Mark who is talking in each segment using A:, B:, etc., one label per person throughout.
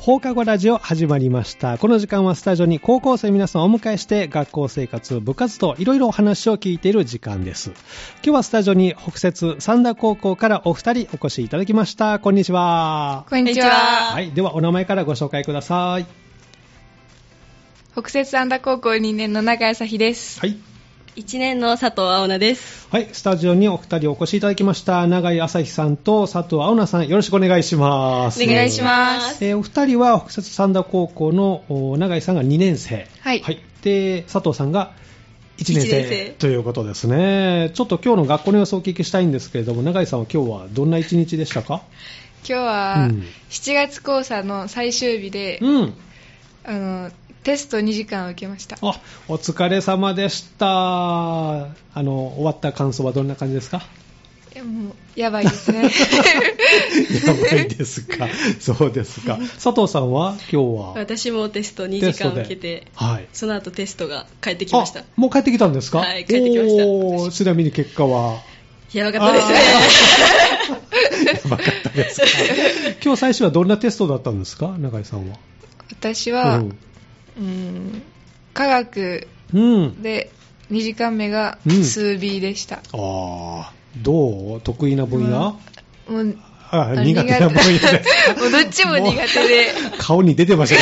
A: 放課後ラジオ始まりました。この時間はスタジオに高校生皆さんをお迎えして、学校生活、部活動、いろいろお話を聞いている時間です。今日はスタジオに北摂三田高校からお二人お越しいただきました。こんにちは。
B: こんにち
C: は
B: は。
A: はい、ではお名前からご紹介ください。
B: 北摂三田高校2年の永井咲ひです。
A: はい。
C: 1年の佐藤青菜です。
A: はい、スタジオにお二人お越しいただきました。永井朝日さんと佐藤青菜さん、よろしくお願いします。
B: お願いします。
A: えーお二人は北摂三田高校のお永井さんが2年生、
B: はい
A: で佐藤さんが1年
C: 一年
A: 生
C: 生
A: ということですねちょっと今日の学校の様子をお聞きしたいんですけれども永井さんは今日はどんな一日でしたか
B: 今日は
A: うん
B: 7月講座の最終日で、
A: うん
B: あのテスト2時間を受けました。
A: あお疲れ様でしたあの終わった感想はどんな感じです か
B: いやもうやばいで すね。
A: やばいですかそうですか佐藤さんは今日は
C: 私もテスト2時間受けて、
A: はい
C: その後テストが帰ってきました
A: あ。もう帰ってきたんですか
C: はい帰ってきました
A: おーちなみに結果は
C: やばかったですね。
A: わかったです。今日最初はどんなテストだったんですか、永井さんは。
B: 私は、
A: うん
B: うん科学
A: うん。
B: で2時間目が
A: うん
B: 数 B でした。
A: ああ、どう得意な分野、
B: もう
A: あ
B: あ
A: 苦手な分野です。
B: もうどっちも苦手で、
A: 顔に出てまし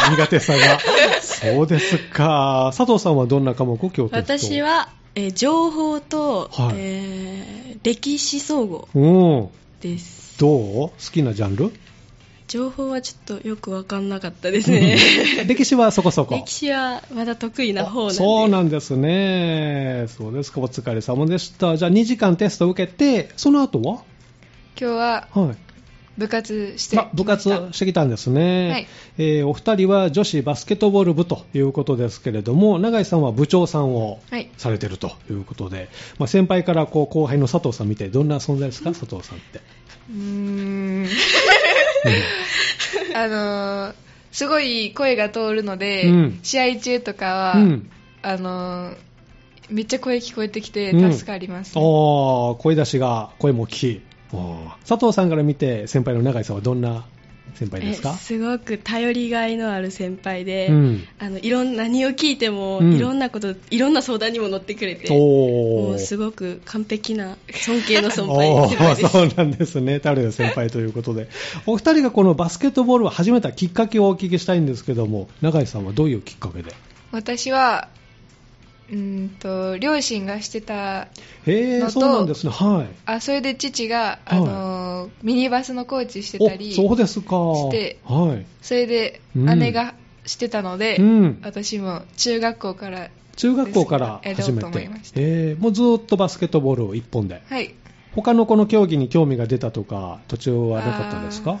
A: たけど、苦手さが。そうですか。佐藤さんはどんな科目、今日テスト
C: 私。は、えー情報と、
A: はい
C: えー歴史総合
A: うん。
C: です。
A: どう好きなジャンル
C: 情報はちょっとよくわかんなかったですね。
A: 歴史はそこ そこ。
C: 歴史はまだ得意な方なんで。
A: そうなんですね。そうですか。お疲れ様でした。じゃあ2時間テスト受けて、その後は
B: 今日は
A: はい。
B: 部活してきま
A: あ
B: した。
A: 部活してきたんですね、
B: はい
A: えーお二人は女子バスケットボール部ということですけれども永井さんは部長さんを
B: はい
A: されてるということで、まあ、先輩からこう後輩の佐藤さん見てどんな存在ですか佐藤さん って、
B: うーん あのーすごい声が通るので、
A: うん
B: 試合中とかは、
A: うん、
B: あのーめっちゃ声聞こえてきて
A: うん
B: 助かります、
A: おー声出しが声も大きいおー佐藤さんから見て先輩の永井さんはどんな先輩です
C: え
A: か
C: すごく頼りがいのある先輩で、
A: うん
C: あのいろん何を聞いても、
A: うん
C: いろんなこといろんな相談にも乗ってくれても
A: お
C: う
A: ー
C: すごく完璧な尊敬の先
A: お
C: 輩先
A: ー
C: 輩です
A: そうなんですね、タルヤ先輩ということで、お二人がこのバスケットボールを始めたきっかけをお聞きしたいんですけども、永井さんはどういうきっかけで、
B: 私はうーんと両親がしてた
A: へー、
B: のと
A: そうなんですね、はい、
B: あそれで父が、あのーミニバスのコーチしてたり
A: おそうですか、
B: て
A: はい
B: それで
A: うん
B: 姉がしてたので、
A: うん、
B: 私も中学校から
A: 中学校から
B: やろ
A: 始
B: う
A: め
B: と思い
A: て
B: まし、た
A: えーもうずーっとバスケットボールを一本で、
B: はい
A: 他のこの競技に興味が出たとか、途中はなかったですか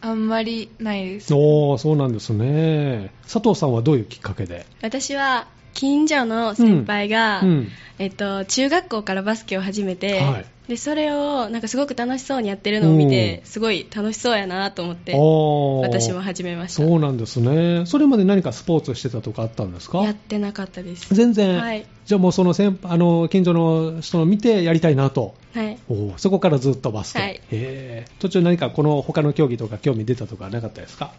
B: あーあんまりないです
A: おーそうなんですね、佐藤さんはどういうきっかけで、
C: 私は近所の先輩が、
A: うん、
C: えっと、中学校からバスケを始めて、
A: はい
C: でそれをなんかすごく楽しそうにやってるのを見て
A: うん
C: すごい楽しそうやなと思って
A: おー
C: 私も始めました
A: そうなんですね。それまで何かスポーツしてたとかあったんですか
C: やってなかったです、
A: 全然、
C: はい
A: じゃあもうその先あの近所の人の見てやりたいなと。
C: はい、
A: おーそこからずっとバスケ、
C: はい
A: へー途中何かこの他の競技とか興味出たとかなかったですか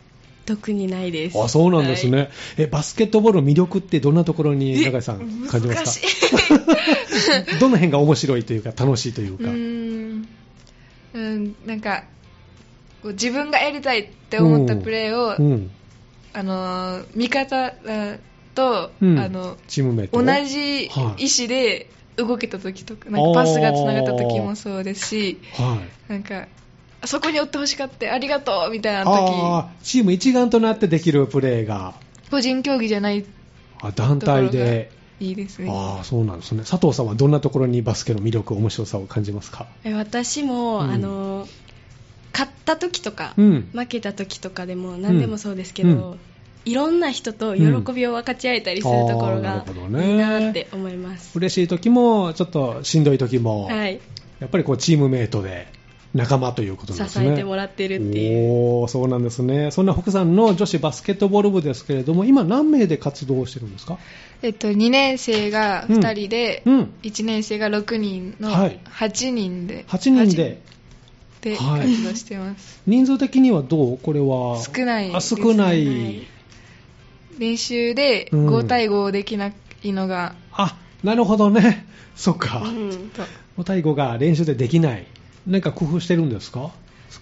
C: 特にないです
A: あそうなんですね、
C: はい
A: えバスケットボールの魅力ってどんなところに永井さん感じますか
B: 難しい
A: どの辺が面白いというか楽しいという
B: う
A: か、
B: ーんうんなんかこう自分がやりたいって思ったプレーを、
A: うん
B: あのー味方あと、
A: うん
B: あの
A: チームメイト
B: 同じ意
A: はい
B: 思で動けた時とかなんかパスがつながった時もそうですし
A: はい
B: なんかあそこに追ってほしかったありがとうみたいな時
A: あーチーム一丸となってできるプレーが
B: 個人競技じゃない
A: あ団体で
B: いいですね
A: ああそうなんですね佐藤さんはどんなところにバスケの魅力面白さを感じますか
C: え私も、
A: うん
C: あの勝った時とか、
A: ん
C: 負けた時とかでも何でもそうですけど、
A: うん
C: いろんな人と喜びを分かち合えたりするところ
A: うんあー
C: が
A: なるほどね
C: いいなって思います、
A: 嬉しい時もちょっとしんどい時も、
C: はい、
A: やっぱりこうチームメイトで仲間ということ
C: 支
A: なんですね
C: えてもらってるっていう
A: おーそうなんですねそんな北山の女子バスケットボール部ですけれども今何名で活動してるんですか
B: えっと、2年生が2人で、
A: うん
B: 1年生が6人の
A: はい
B: 8人で、
A: 8人で
B: で
A: はい
B: 活動してます、
A: 人数的にはどうこれは
B: 少ない
A: あ少ない、
B: 少ない練習で
A: うん
B: 5対5できないのが、
A: あなるほどねそっか、
C: うん
B: と
A: お太鼓が練習でできないなんか工夫してるんですか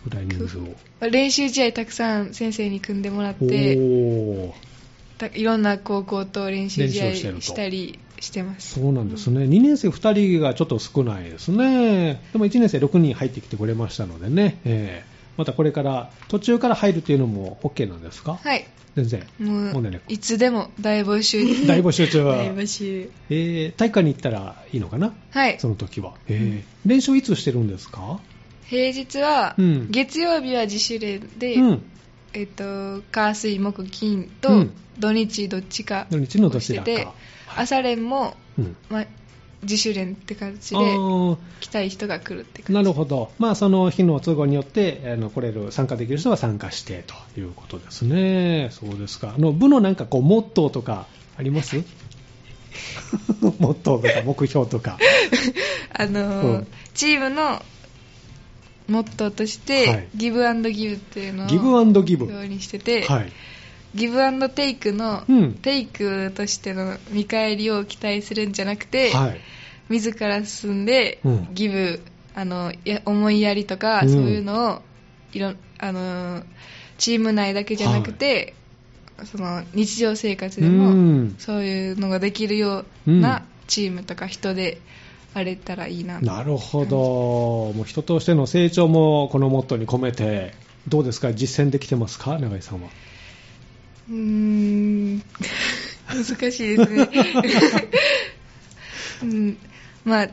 A: 少ない人数を
B: 練習試合たくさん先生に組んでもらっ
A: お
B: て
A: ー
B: たいろんな高校と練習試
A: 練習をしてると
B: 合したりしてます
A: そうなんですね、2年生2人がちょっと少ないですね、でも1年生6人入ってきてくれましたのでね、えーまたこれから、途中から入るというのも OK なんですか、
B: はい
A: 全然、
B: も
A: 問
B: う
A: 題なく
B: いつでも大募 集
A: 大募集中、
C: 大募集
A: えー体育館に行ったらいいのかな、
B: はい
A: その時は、えー練習いつしてるんですか、
B: 平日は、
A: うん
B: 月曜日は自主練で、
A: うん、
B: えっと火水木金と、
A: うん
B: 土日どっちか
A: 土日のどちらか
B: をしてて朝練も、
A: うん
B: まあ、自主練って感じ
A: あ
B: で
A: ー
B: 来たい人が来るって感じ
A: なるほど、まあ、その日の都合によってあの来れる参加できる人は参加してということですね、そうですか、あの部のなんかこうモットーとかあります モットーとか目標とか、
B: あのー
A: うん
B: チームのモットーとして、
A: はい
B: ギブアンドギブっていうのを
A: ギブアンドギブ、
B: よ
A: は
B: うにしてて、
A: い、
B: ギブアンドテイクの、
A: うん
B: テイクとしての見返りを期待するんじゃなくて、
A: はい、
B: 自ら進んで、
A: うん
B: ギブあのや思いやりとか、
A: うん
B: そういうのをいろ、あのーチーム内だけじゃなくて、その日常生活でも、
A: うん
B: そういうのができるよ
A: う
B: う
A: ん
B: なチームとか人であれたらいいな
A: なるほど、もう人としての成長もこのモットーに込めて、どうですか、実践できてますか、永井さんは。
B: うーん難しいです ね、うん、まあ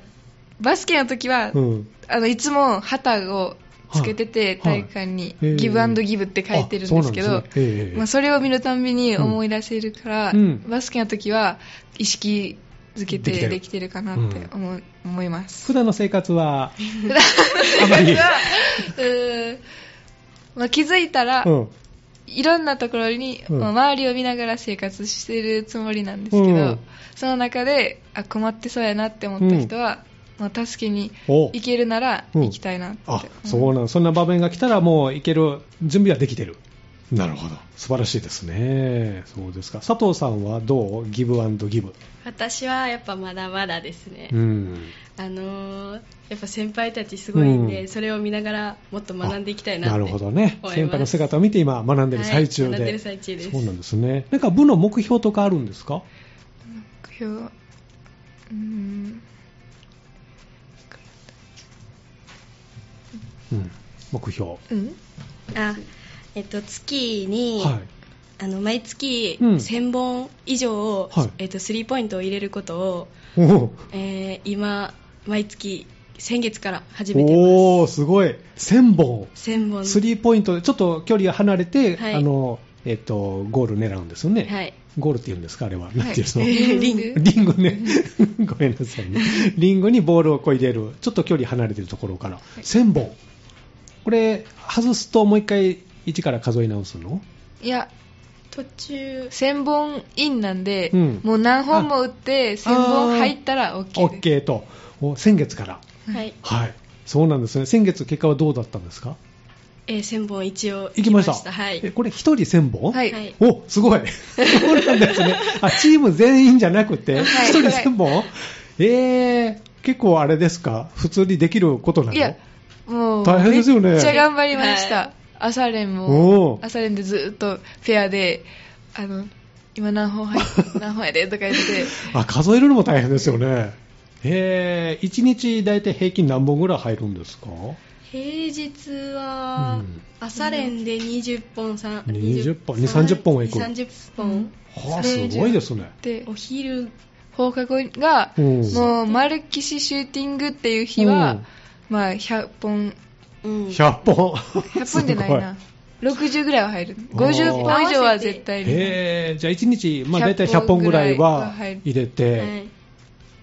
B: バスケの時は、
A: うん
B: あのいつも旗をつけてて、
A: はい
B: 体育館に、
A: はいえー
B: ギブアンドギブって書いてるんですけ
A: あそうな
B: ど
A: んですねええ
B: まあ、それを見るたんびに思い出せるから、
A: うん
B: バスケの時は意識づけ
A: できて
B: て
A: る
B: できてるかなって思,、う思います
A: 普段の生活 は、あまり、
B: うーんまあ、気づいたら、
A: うん
B: いろんなところに、
A: うん
B: まあ周りを見ながら生活してるつもりなんですけど、
A: うん
B: その中であ困ってそうやなって思った人は、まあ、助けに
A: お
B: 行けるなら
A: うん
B: 行きたいなって、
A: あそうなんそんな場面が来たらもういける準備はできてるなるほど素晴らしいですねそうですか佐藤さんはどうギブアンドギブ
C: 私はやっぱまだまだですね、
A: うん
C: あのーやっぱ先輩たちすごいんで、
A: うん
C: それを見ながらもっと学んでいきたいなっ
A: あ
C: て
A: るほどね
C: 思います
A: 先輩の姿を見て今学んでる最中で、
C: はい学んでる最中です
A: そうなんですねなんか部の目標とかあるんですか
B: 目標うーん
A: うん目標
B: うん
C: あえっと月に、
A: は
C: あの毎月
A: うん
C: 1000本以上を、
A: はい
C: えっとスリーポイントを入れることを、
A: いおお
C: えー今毎月先月から始めてま
A: おーすごい1000本
C: す1000本
A: スリーポイントでちょっと距離が離れて、
C: はい
A: あのえっとゴール狙うんですよね、
C: はい
A: ゴールって言うんですかあれは、なんていうの、
C: リン
B: グ
A: リンゴね、ごめんなさいね、リンゴにボールをこう入れる、ちょっと距離離れてるところから、1000本、これ、外すともう一回、1から数え直すの
B: いや
C: 途中
B: 1000本インなんで、
A: うん
B: もう何本も打って1000
A: あー
B: 本入ったら OK です
A: ?OK と、お先月から、
C: はい、
A: はい、そうなんですね、先月、結果はどうだったんですか
C: えー1000本一応
A: いきました、
C: はい
A: えこれ、1人1000本、
B: はい
C: はい
A: おすごい、そうなんですね、あチーム全員じゃなくて、
B: は
A: 1
B: い
A: 人1000本、えー、結構あれですか、普通にできることなの
B: いや、もう、
A: 大変ですよね
B: めっちゃ頑張りました。
C: はい
B: 朝練
A: おう
B: も、朝練でずっとペアで、あの、今何本 入っ何本やでとか言って、
A: あ数えるのも大変ですよね。えー、1日大体平均何本ぐらい入るんですか
C: 平日は、
A: うん
C: 朝練で20本さん
A: 20本30本はいく
C: 30本
A: はあ、すごいですね。
B: で
C: お、昼
B: 放課後が、
A: うん
B: もう、丸騎士シューティングっていう日は、
A: うん
B: まあ、100本、
C: うん
A: 100本。
B: 100本じゃないな。60ぐらいは入る。50
A: おー
B: 本以上は絶
A: すごい
B: 対に。
A: えー、じゃあ1日、まあ、大体100
B: 100
A: 本
B: 本
A: ぐ
B: ぐ
A: ら
B: ら
A: い
B: い
A: は
B: は
A: 入れて、
C: はい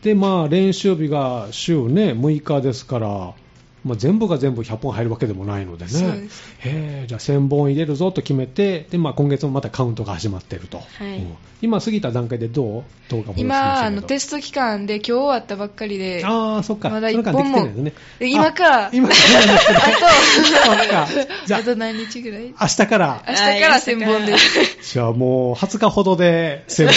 A: で、まあ、練習日が週ね、6日ですから、まあ、全部が全部100本入るわけでもないのでね
B: そうです
A: へえじゃあ1000本入れるぞと決めてで、まあ、今月もまたカウントが始まっていると、
C: はい
A: うん今過ぎた段階でどう動画
B: 今あのテ
A: ス
B: スト期間で今日終わったばっかりで
A: ああそっか
B: まだ
A: その
B: 一
A: 間でき
B: 本
A: て
B: も
A: ないのね
B: で今から
A: あ今からなんですねそっか
B: あ
A: じ
B: と
A: ゃあ
B: あと何日ぐらい明
A: 明日から
B: 日から1000本です
A: じゃあもう20日ほどで1000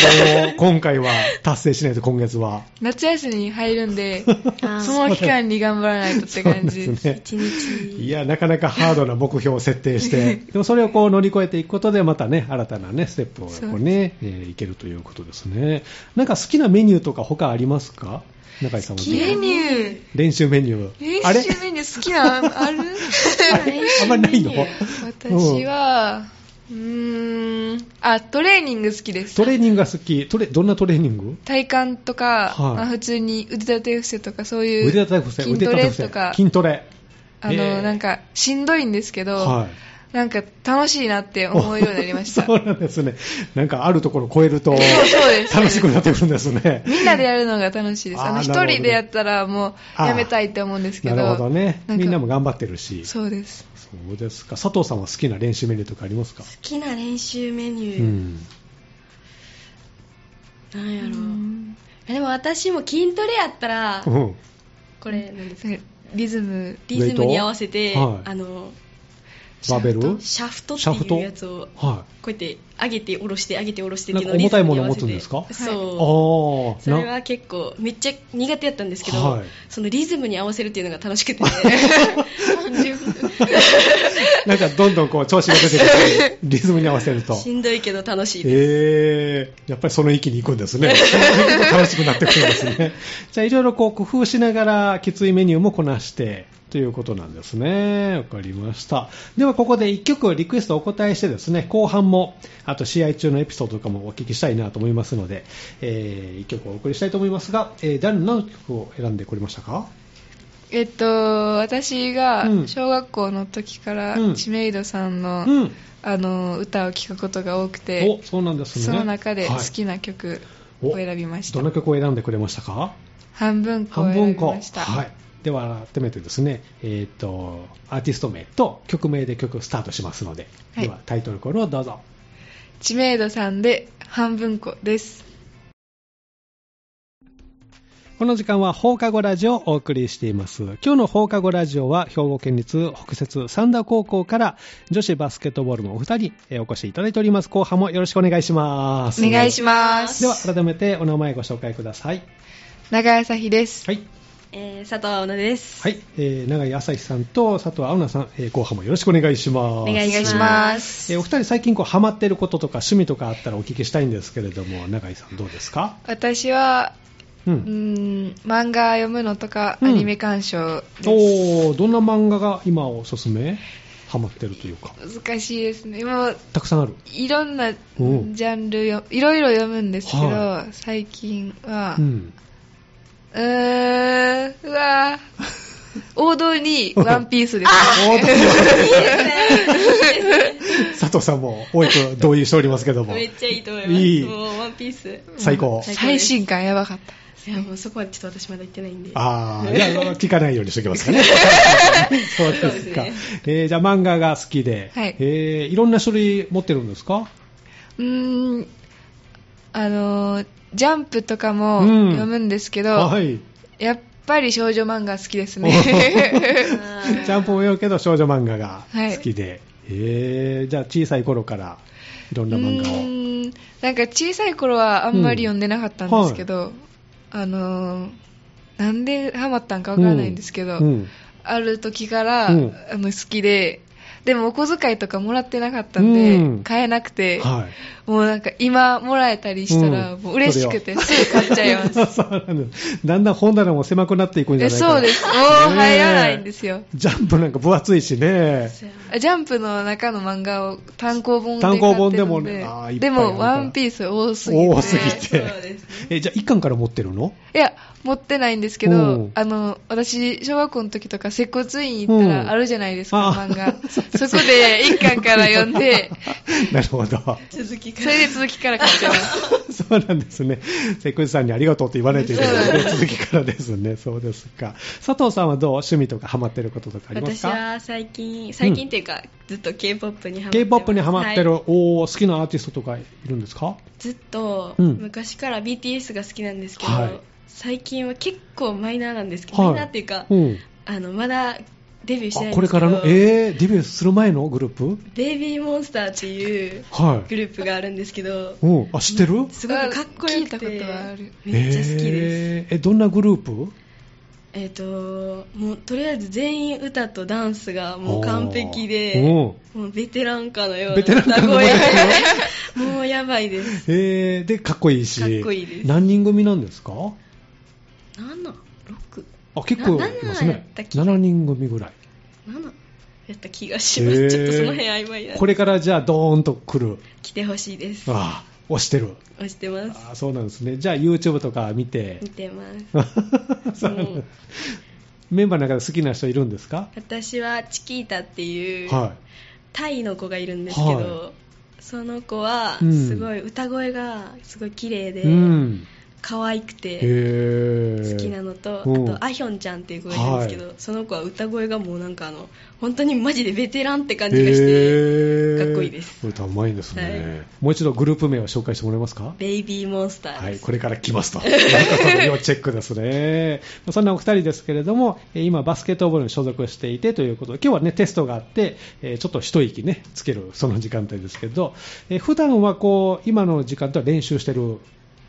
A: 本を今回は達成しないと今月は
B: 夏休みに入るん で
C: あー
B: その期間に頑張らないとって感じ
A: そうですね
C: 一日
A: いや、なかなかハードな目標を設定して、でもそれをこう乗り越えていくことで、またね、新たなね、ステップをこうね、えーいけるということですね。なんか好きなメニューとか他ありますか中井さんはどう
B: メニュー
A: 練習メニュー。
B: 練
A: あれ
B: 習メニュー好きなのある
A: あんまりないの
C: 練習メニ
B: 私
C: ュー
B: はうーんあトレーニング好きです
A: トレーニングが好き。トレ、どんなトレーニング
B: 体幹とか、
A: はい
B: まあ普通に腕立て伏せとかそういう
A: 腕立て伏せ、
B: 筋
A: 腕
B: ト
A: 立て
B: レ
A: 伏せ
B: とか
A: 筋トレ。
B: あの、
A: えー
B: なんかしんどいんですけど、
A: はい。
B: なんか楽しいなって思うようになり ました
A: そうなんですね。なんかあるところを超えると、
B: そうそうです
A: 楽しくなってくるんですね。
B: みんなでやるのが楽しいですあ
A: あー
B: の一
A: なるほ
B: 人
A: ど
B: でやったらもうやめたいって思うんですけ
A: な
B: ど
A: るほどね。
B: か
A: みんなも頑張ってるし。
B: そうです
A: そうですか。佐藤さんは好きな練習メニューとかありますか
C: 好きな練習メニュ
A: う
C: ー、
A: ん
C: なんやろう
B: うん
C: でも私も筋トレやったら、
A: うん
C: これなんですか
B: なんかリズム
C: リズムに合わせ
A: ウェイ
C: て、
A: トはい
C: あの
A: バーベル
C: シャフトっ
A: シャフ
C: て
A: ト
C: いうやつを
A: は
C: こうやって上げて下ろして上げて下ろしてっていうの
A: なんか重たいものを持つん
C: リ
A: で
C: ズ
A: す
C: ムに合
A: か
C: わ
A: い。
C: せて
A: あ
C: そう
A: ー
C: それは結構めっちゃ苦手やったんですけど、
A: はい
C: そのリズムに合わせるっていうのが楽しくて
A: ななんかどんどんこう調子が出て くる。リズムに合わせると。
C: しんどいけど楽しいです、
A: えー、やっぱりその域に行くんです ね。楽しくなってくるんですね。じゃあいろいろこう工夫しながらきついメニューもこなしてということなんですね。わかりました。ではここで一曲リクエストお答えしてですね、後半も、あと試合中のエピソードとかもお聞きしたいなと思いますので、えー、一曲お送りしたいと思いますが、えー、誰の何の曲を選んでくれましたか
B: えっと私
A: うん
B: が小学校の時から
A: うん
B: 知名度さんの、
A: うん。
B: あの歌を聴くことが多くて
A: お、そうなんですね。
B: その中で好
A: はい
B: きな曲を選びました、
A: どの曲を選んでくれましたか
B: 半分こを
A: 半
B: 選
A: 分
B: び
A: こ
B: ました、
A: はい、では改めてですね、えー、とアーティスト名と曲名で曲スタートしますので、
B: はい
A: ではタイトルコールをどうぞ
B: 知名度さんで半分こです
A: この時間は放課後ラジオをお送りしています。今日の放課後ラジオは兵庫県立北節三田高校から女子バスケットボールのお二人えーお越しいただいております。後半もよろしくお願いします。
B: お願いします
A: では改めてお名前ご紹介ください。
B: 長谷咲です、
A: はい。
C: えー佐藤青菜です、
A: はい。えー、長井朝日さんと佐藤青菜さん、えー後半もよろしくお願いします。
C: お願
B: お
C: い
B: 願いし
C: し
B: ま
C: ます
A: えーお二人最近こうハマってることとか趣味とかあったらお聞きしたいんですけれども永井さんどうですか
B: 私は
A: う
B: うー
A: ん
B: ん漫画読むのとか
A: う
B: ア
A: ん
B: ニメ鑑賞です、
A: おおどんな漫画が今おすすめハマってるというか
B: 難しいですねもう
A: たくさんある
B: いろんなジ
A: うん
B: ャンルよいろいろ読むんですけど、
A: は
B: 最近は、
A: う
B: うんーん うわー王道にワンピースです、
A: おーどうぞ
C: いいですね
A: 佐藤さんも大井く同意しておりますけども
C: めっちゃいいと思います
A: いい
C: もうワンピース
A: 最高
C: 最高で
B: 最
C: す
B: 新刊やばかった
C: いやもうそこまでちょっと私まだ行ってないんで
A: ああ、じゃあ聞かないようにしておきます かね。そう
C: そう
A: で
C: ですす
A: か
C: ね。
A: えーじゃあ漫画が好きで、
B: はい
A: えーいろんな種類持ってるんですか
B: うーんあのージャンプとかも
A: うん
B: 読むんですけど、
A: はい。
B: やっぱり少女漫画好きです
A: お
B: ね
C: あ
A: ジャンプも読むけど少女漫画が
B: はい
A: 好きで、えーじゃあ小さい頃からい ろんな漫画
B: う
A: を。
B: ーんなんか小さい頃はあんまり読んでなかったんですけど、あのーなんでハマったんかわからないんですけど、
A: うん
B: ある時から、
A: うん
B: あの好きででもお小遣いとかもらってなかったんで、
A: うん
B: 買えなくて、
A: はい。
B: もうなんか今もらえたりしたら、
A: うん
B: もう嬉しくてすぐ買っちゃいます
A: そうなんですだんだん本棚も狭くなっていくんじゃ
B: え
A: ないかな
B: そうですもう入らないんですよ
A: ジャンプなんか分厚いしね。
B: あジャンプの中の漫画を単行本で買
A: 単
B: って
A: 行
B: るので
A: 本でもねあーいっぱい
B: で
A: ある
B: も
A: から
B: ワンピース多すぎて
A: 多すぎ
C: そ
A: て。
C: うです
A: えじゃあ1巻から持ってるの
B: いや持ってないんですけ
A: う
B: ど
A: ん
B: あの私小学校の時とか接骨院行った
A: うん
B: らあるじゃないですか、
A: あ
B: 漫画そこで一巻から読んで
A: なるほど。
C: 続ききか
B: そ
C: ら
B: れで続きから買ってます。
A: そうなんですね。関口さんにありがとうって言わないといけないので、続きからですね。そうですか。佐藤さんはどう趣味とかハマってることとかあります
C: 私
A: か
C: は最近最近っていうか、ずっと K-POP にハマってます
A: K-POP にハマってる、
C: はい
A: おー好きなアーティストとかいるんですか
C: ずっと
A: うん
C: 昔から BTS が好きなんですけど、
A: はい
C: 最近は結構マイナーなんですけど、
A: はい
C: マイナーっていうか、
A: うん。
C: あのまだデビューしてないん
A: あ
C: ですけ
A: こ
C: ど
A: れからの、えー、デビューする前のグループ
C: ベイビーモンスターっていう
A: は
C: グ
A: い。
C: ループがあるんですけど
A: うん。あ、知ってる
C: すごくかっこよくて
B: 聞いたことはある
C: めっちゃ好きです
A: えーえ、どんなグループ
C: えっ、ともうとりあえず全員歌とダンスがもう完璧で
A: おー
C: もうベテランかのような
A: ベテランか
C: 歌
A: のよう
C: 声
A: な
C: もうやばいです
A: えー、で、かっこいいし。
C: かっこいいです
A: 何人組なんですか
C: 767
A: あ、結構い
C: な
A: ます
C: ななや
A: ね
C: った。っけ
A: 7人組ぐらい。
C: やった気がします、
A: へー
C: ちょっとその辺曖昧な
A: これからじゃあ、ドーンと来る。
C: 来てほしいです
A: ああ、押してる。
C: 押してます
A: ああ、そうなんですね。じゃあ、YouTube とか見て
C: 見。てます
A: そうなんだ メンバーの中で好きな人いるんですか
C: 私はチキータっていう、
A: は
C: タイの子がいるんですけど、
A: は
C: その子は
A: うん
C: すごい歌声がすごい綺麗
A: い。
C: で、
A: うん。
C: 可愛く
A: へ
C: て
A: え。
C: 好きなのと、
A: うん
C: あとアヒョンちゃんっていう子がいるんですけど、
A: は
C: その子は歌声がもうなんかあの本当にマジでベテランって感じがして、
A: へえ。
C: かっこいいです
A: 歌うまいんですね、
C: はい
A: もう一度グループ名を紹介してもらえますか
C: ベイビーモンスター
A: は
C: で
A: い、
C: す、
A: これから来ますと。 成田さんの要チェックですね。まあそんなお二人ですけれども、えー今バスケットボールに所属していてということで、今日はね、テストがあって、えーちょっと一息ね、つけるその時間帯ですけど、えー普段はこう、今の時間とは練習してる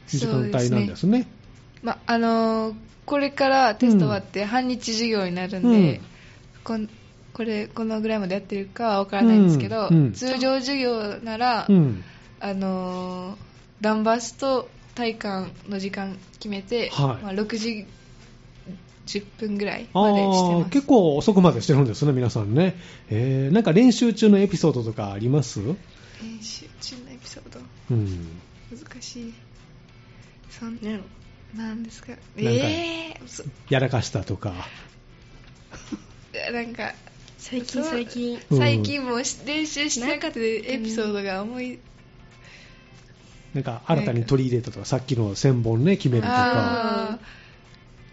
A: 時間帯なんですね。
B: まあのーこれからテスト終わって半日授業になるんで、
A: うん
B: こんこれこのぐらいまでやってるかは分からないんですけど、
A: うんうん
B: 通常授業なら、
A: うん。
B: あのーダンバスと体幹の時間決めて、
A: はい
B: まあ、6時10分ぐらい
A: あ
B: までしてま
A: ー
B: す
A: 結構遅くまでしてるんですね、皆さんね。えーなんか練習中のエピソードとかあります
B: 練習中のエピソード
A: うん。
B: 難しいそん
C: なんやろ
B: なんですか
A: なんか
B: えーそ
A: やらかしたとか。
B: なんか
C: 最近
B: そう
C: 最近
A: うん
B: 最近もし練習してなかったエピソードが思い
A: なんか新たに取り入れたとか、さっきの1000本ね、決めるとか。
B: あ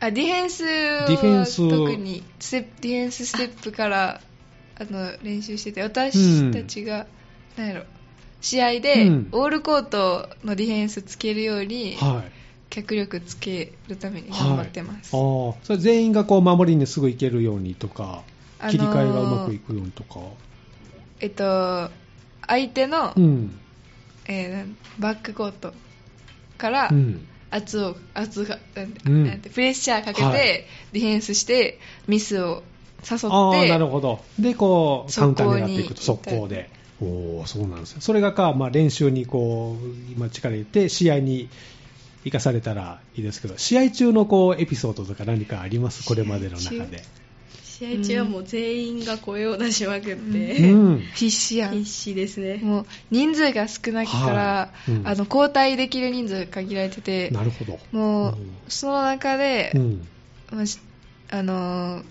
B: ーあディフェンス
A: ディフェンス
B: を特にステップディフェンスステップからあの練習してて私たちが、なんやろ試合で、
A: うん
B: オールコートのディフェンスつけるように、
A: はい。
B: 脚力つけるために頑張ってます、
A: はい、ああそれ全員がこう守りにすぐ行けるようにとか、
B: あのー
A: 切り替えがうまくいくようにとか、
B: えっと相手の、
A: うん、
B: えーなんバックコートから、
A: うん、
B: 圧を圧がなんて
A: うん
B: なんてプレッシャーかけて、
A: はい
B: ディフェンスしてミスを誘って
A: ああなるほど、でこうカウン
B: 速
A: ター
B: 攻
A: 狙
B: に
A: っていくと速攻で。おーそうなんですよそれがか、まあ、練習にこう今力入れて試合に生かされたらいいですけど試合中のこうエピソードとか何かありますこれまでの中で、
C: 試合中はもう全員が声を出しまくって、
A: うん、
B: 必死やん
C: 必死ですね
B: もう人数が少ないか
A: は
B: ら、
A: いうん
B: あの交代できる人数が限られてて
A: なるほど、
B: もう、
A: うん
B: その中で、
A: うん、
B: まあしあのー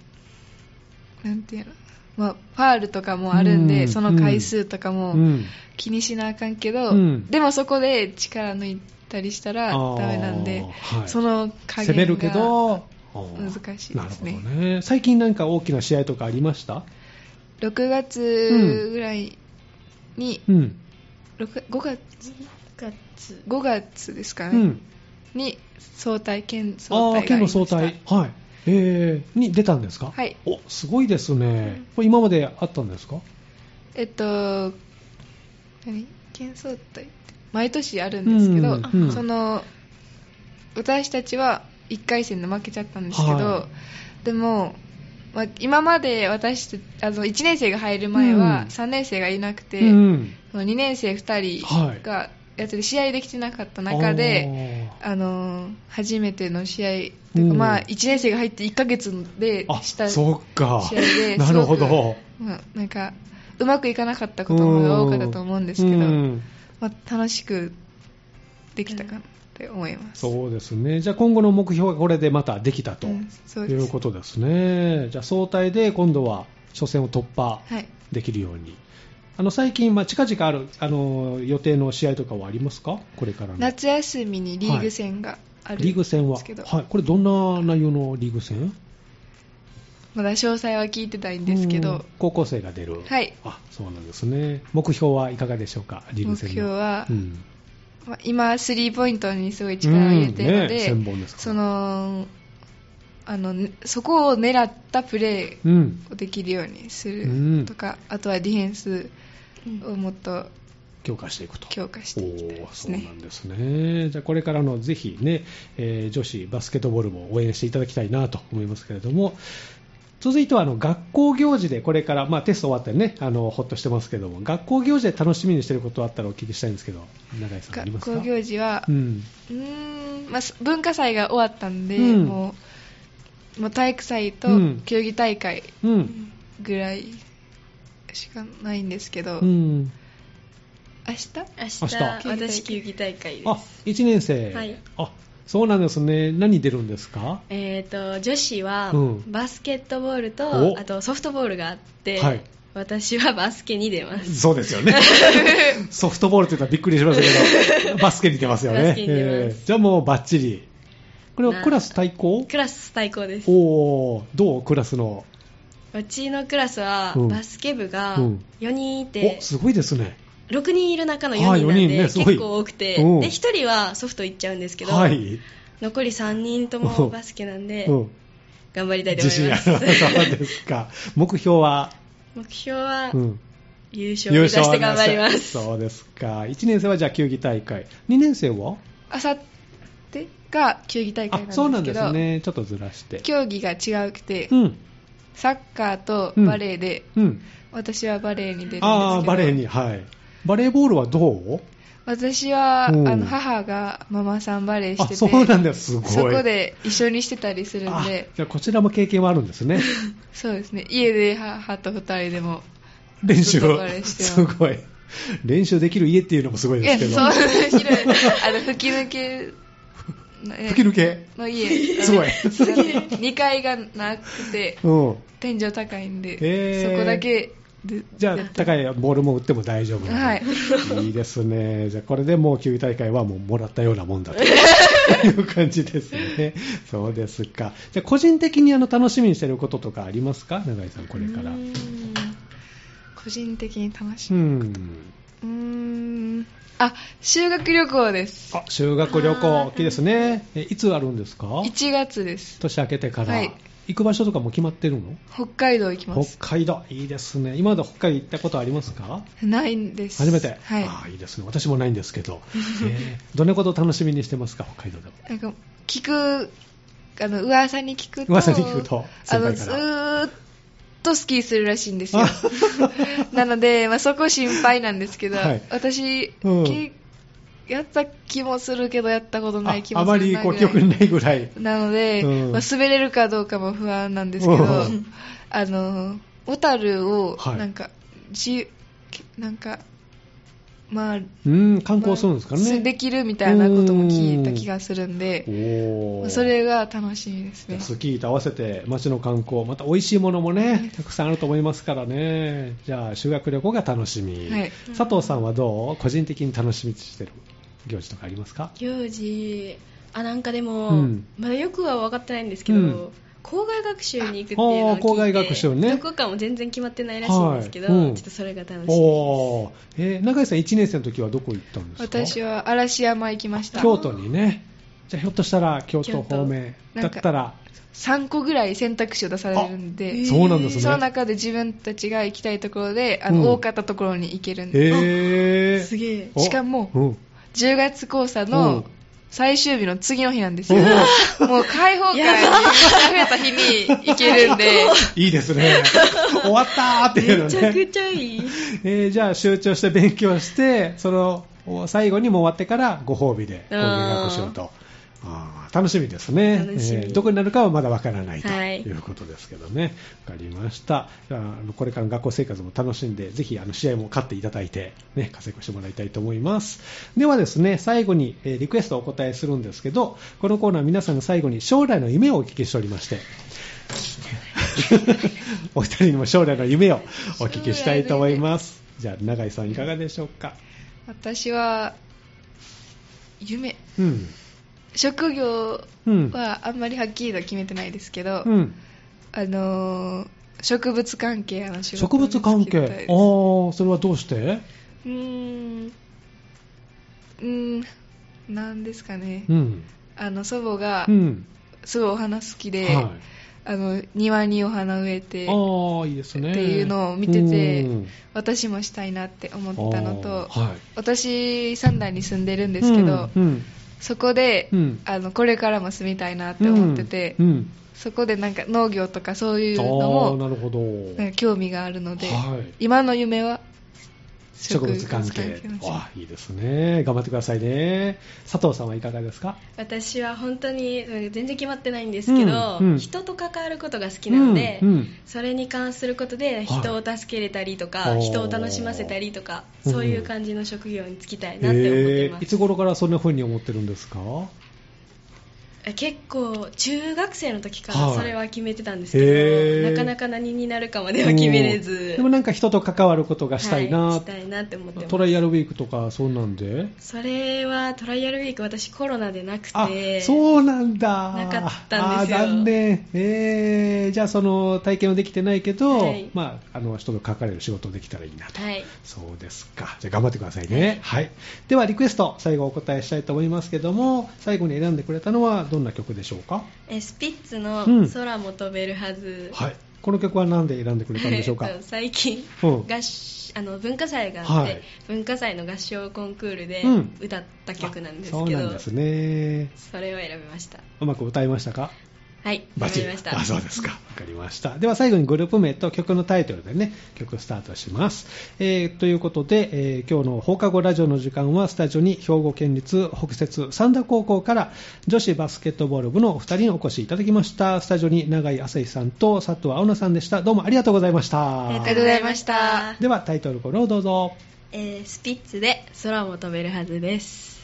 B: なんていうの、まあ、ファールとかもあるんで、
A: うん
B: その回数とかも
A: うん
B: 気にしなあかんけど、
A: うん
B: でもそこで力抜いたりしたらダメなんで
A: あ、ーはい
B: その加減が
A: 攻めるけど
B: 難しい
A: な
B: で
A: る
B: す
A: ほど
B: ね
A: ね最近なんか大きな試合とかありました
B: 6月ぐらいに、
A: うん、
B: 六5月
C: 復活
B: 5月ですか
A: う
B: ね、
A: ん、
B: に総体県
A: あ
B: 総
A: あ
B: 体があ
A: 県の
B: りました
A: 総体はいえー、に出たんですか
B: はい
A: おすごいですねこれ今まであったんですか
B: えっと何県総体って毎年あるんですけど、
A: うん
C: うん
B: その私たちは1回戦で負けちゃったんですけど、
A: は
B: でも、まあ、今まで私たあの1年生が入る前
A: う
B: は
A: ん
B: 3年生がいなくて、
A: うん、
B: その2年生2人がやってて試合できてなかった中で、あのー初めての試合という
A: う
B: か、
A: ん
B: まあ、1年生が入って1ヶ月で
A: あーあ
B: した
A: そっか
B: 試合で
A: な
B: すごく
A: るほど
B: まあ、なんかうまくいかなかったことの方が多かったと思うんですけど、
A: うん
B: まあ、楽しくできたかなって思います、
A: そうですねじゃあ今後の目標がこれでまたできたと、
B: うんそう
A: い
B: で
A: う
B: す
A: ことですねじゃあ総体で今度は初戦を突破
B: はい
A: できるようにあの最近、まあ、近々あるあの予定の試合とかはありますか、これからの
B: 夏休みにリーグ戦があ
A: リ
B: る
A: ー
B: んで
A: グ
B: すけ
A: 戦
B: ど、
A: は、はい、これ、どんな内容のリーグ戦
B: まだ詳細は聞いてないんですけ
A: うん
B: ど、
A: 高校生が出る、
B: はい
A: あそうなんですね、目標はいかがでしょうか、リーグ
B: 目
A: 戦の
B: 標は、
A: うん
B: まあ今、スリーポイントにすごい力を入れているので、
A: うんね1000本ですから
B: そのあのねそこを狙ったプレ
A: うん、
B: ーをできるようにす
A: うん
B: るとか、あとはディフェンスをもっと
A: 強化していくと。
B: 強化していきたいです
A: おーそう
B: ね
A: な。んですね。じゃあこれからのぜひね、えー女子バスケットボールも応援していただきたいなと思いますけれども、続いてはあの学校行事でこれから、まあ、テスト終わってねあのほっとしてますけども学校行事で楽しみにしてることあったらお聞きしたいんですけど永井さんありますか
B: 学校行事は、
A: う
B: うんーんまあ、す文化祭が終わったんで、
A: うん
B: もうもう体育祭と
A: うん
B: 競技大会
A: うん
B: ぐらいしかないんですけど、
A: うん
B: 明日
C: 明日
A: 明日
C: 私球技大会で
A: あ
C: す
A: 1年生、
C: はい
A: あそうなんですね何出るんですか
C: えー、と女子は
A: うん
C: バスケットボールと、
A: お
C: あとソフトボールがあって、
A: はい
C: 私はバスケに出ます
A: そうです よね。ソフトボールというのはびっくりしましたけど、バスケに出ますよね。
C: バスケに出ます
A: ーじゃあもうバッチリ。これ
C: な
A: は
C: あ
A: クラス対抗
C: クラス最高です
A: おお、どうクラスの。
C: うちのクラスは
A: うん
C: バスケ部が
A: うん
C: 4人いて
A: お、、すごいですね。
C: 6人いる中の4
A: あー
C: 人なん
A: 四
C: で、
A: 人ねすごい
C: 結構多くて、で
A: うん
C: 1人はソフト行っちゃうんですけど、
A: はい。
C: 残り3人と
A: うん
C: もバスケなんで、
A: うん
C: 頑張りたいと
A: 自
C: 思い
A: 信あ
C: ま
A: る。 そ
C: す
A: うですか。目標は、
C: 目標は
A: うん
C: 優勝を目指して頑張りま
A: 優勝を目指し
C: す
A: てそうですか。1年生はじゃあ球技大会。2年生は
B: あさってが球技大会なん
A: あ、
B: ですけど
A: そうなんですね。ちょっとずらして。
B: 競技が違うくて、
A: うん。
B: サッカーとバレーで、
A: うん。
B: 私はバレーに出るんですけど
A: あーバレーに、はい。バレーボールはどう
B: 私はあ
A: うん
B: の母がママさんバレーしてて
A: あそうなんだすごい
B: そこで一緒にしてたりするんで
A: あじゃあこちらも経験はあるんです ね
B: そうですね家で母と二人でも
A: 練習
B: ずっ
A: を
B: とバレーしてます
A: すごい練習できる家っていうのもすごい
B: い
A: で
B: や
A: すけ
B: そう
A: ど
B: 面白いあの吹き 抜け
A: 吹き抜け
B: の家
A: すごい
B: 2階がなくて
A: うん
B: 天井高いんで、
A: へー
B: そこだけで
A: じゃあ高いボールも打っても大丈夫なの いいですねじゃあこれでもう球技大会はもうもらったようなもんだ という感じですねそうですかじゃあ個人的にあの楽しみにしてることとかありますか永井さんこれから
B: うーん個人的に楽し
A: う
B: み
A: ん
B: うーんあ修学旅行です
A: あ修学旅行大きいですねえいつあるんですか
B: 1月です
A: 年明けてから、
B: はい
A: 行く場所とかも決まってるの
B: 北海道行きます
A: 北海道いいですね今まで北海道行ったことありますか
B: ないんです
A: 初めて、
B: はい
A: ああいいですね私もないんですけ ど、えーどんなことを楽しみにしてますか北海道では
B: なんか聞くあの噂に聞くと
A: 噂に聞くと
B: あ
A: 先
B: の
A: 輩
B: ず
A: から
B: ーっとスキーするらしいんですよ なので、まあ、そこ心配なんですけど、
A: はい
B: 私、
A: うん
B: けやった気もするけどやったことない気
A: ああ
B: も
A: ます
B: る
A: り
B: な
A: こう
B: ぐ
A: 記
B: ら
A: 憶
B: い
A: にないぐらい
B: なので、
A: うん
B: まあ、滑れるかどうかも不安なんですけど
A: うん
B: あの小樽を
A: はい
B: なんか、じなんかまあ
A: うん観光するんですか
B: まあ
A: ね、
B: できるみたいなことも聞いた気がするんで、
A: おー
B: それが楽しみです
A: じゃ
B: ね
A: あ。スキーと合わせて街の観光また美味しいものもねたくさんあると思いますからねじゃあ修学旅行が楽しみ、
B: はい
A: 佐藤さんはどう個人的に楽しみにしてる行事とかありますか
C: 行事あなんかでも、
A: うん
C: まだよくは分かってないんですけど、
A: うん
C: 校外学習に行くっていうのを聞い
A: あー
C: て
A: 校外学習ね
C: どこかも全然決まってないらしいんですけど、
A: はいうん
C: ちょっとそれが楽しみです
A: おーえー中井さん1年生の時はどこ行ったんですか
B: 私は嵐山行きました。
A: 京都にねじゃあひょっとしたら京都方面
B: 京都
A: だったら
B: 3個ぐらい選択肢を出されるん
C: あへ
B: で、
C: ー
A: そうなんですね
B: その中で自分たちが行きたいところで、あの、
A: うん
B: 多かったところに行けるんで、
A: へえ
C: すげえ
A: お
B: しかも
A: うん
B: 10月交差
A: うん
B: の最終日の次の日なんですよ。もう開放感に
C: やば
B: 溢れた日に行けるんで、
A: いいです ね終わったーっていうの
C: めちゃく
A: ね、
C: ちゃいい
A: えーじゃあ集中して勉強してそのお最後にもう終わってからご褒美で
C: あ
A: 講
C: ー
A: 義学習とあー楽しみですね
C: 楽しみ
A: どこになるかはまだわからないと
C: はい
A: いうことですけどね、わかりましたじゃああのこれからの学校生活も楽しんでぜひあの試合も勝っていただいて、ね、活躍してもらいたいと思いますではですね最後に、えーリクエストをお答えするんですけどこのコーナー皆さんの最後に将来の夢をお聞きしておりまして お二人にも将来の夢をお聞きしたいと思いますじゃあ永井さんいかがでしょうか
B: 私は夢
A: うん
B: 職業
A: うん
B: はあんまりはっきりと決めてないですけど、
A: うん
B: あのー植物関係の仕事
A: 植
B: を見つ
A: 物
B: けた
A: 関係
B: いです
A: ああーそれはどうして
B: うーんうーんなんですかね、
A: うん
B: あの祖母が
A: うん
B: すごいお花好きで、
A: はい
B: あの庭にお花植えて
A: ああいいですね
B: っていうのを見てて
A: うん
B: 私もしたいなって思ったのと、
A: あーはい
B: 私三段に住んでるんですけど、
A: うんうん
B: そこで、
A: うん
B: あのこれからも住みたいなって思ってて、
A: うんうん
B: そこでなんか農業とかそういうの
A: あー
B: も
A: なるほど
B: なんか興味があるので、
A: はい
B: 今の夢は
A: 植物関
B: 植
A: 係
B: 物の仕事
A: あいいですね頑張ってくださいね佐藤さんはいかがですか
C: 私は本当にうん全然決まってないんですけど、
A: うんうん
C: 人と関わることが好きなので、
A: うんうん
C: それに関することで人を助けれたりとか、
A: はい
C: 人を楽しませたりとか
A: おー
C: そういう感じの職業に就きたいなって思っていま
A: えーい
C: す
A: つ、頃からそんな風に思ってるんですか
C: 結構中学生の時か
A: は
C: ら
A: い
C: それは決めてたんです
A: へ
C: けど、
A: ー
C: なかなか何になるかまでは決めれ
A: う
C: ず
A: んでもなんか人と関わることがしたいな、
C: はいしたいなって思ってます
A: トライアルウィークとかそうなんで
C: それはトライアルウィーク私コロナでなく
A: あ
C: て
A: そうなんだ
C: なかったんですよ
A: あー残念、えー、じゃあその体験はできてないけど、
C: はい
A: まあ、あの人と関われる仕事できたらいいなと
C: はい
A: そうですか。じゃあ頑張ってくださいね。はい。ではリクエスト、最後お答えしたいと思いますけども、最後に選んでくれたのはどんな曲でしょうか
C: えスピッツの
A: うん
C: 「空も飛べるはず」
A: はい。この曲は何で選んでくれたんでしょうか
C: えっと 最近
A: うん
C: 合唱あの文化祭があって、
A: はい
C: 文化祭の合唱コンクールで
A: うん
C: 歌った曲なんですけど、
A: そうなんですね。
C: それを選びました
A: うまく歌いましたか
C: はい
A: バチ
C: 選
A: リ
C: びました
A: あ、そうですか。わかりました。では最後にグループ名と曲のタイトルでね、曲スタートします。えーということで、えー今日の放課後ラジオの時間は、スタジオに兵庫県立北摂三田高校から女子バスケットボール部のお二人にお越しいただきました。スタジオに永井朝日さんと佐藤青菜さんでした。どうもありがとうございまし
C: あり
A: た
C: が。
B: と
C: と
B: うござ
C: うござ
B: い
C: い
B: ま
C: ま
B: し
C: したた、
A: ではタイトルコールをどうぞ。
C: えースピッツで「空も飛べるはず」です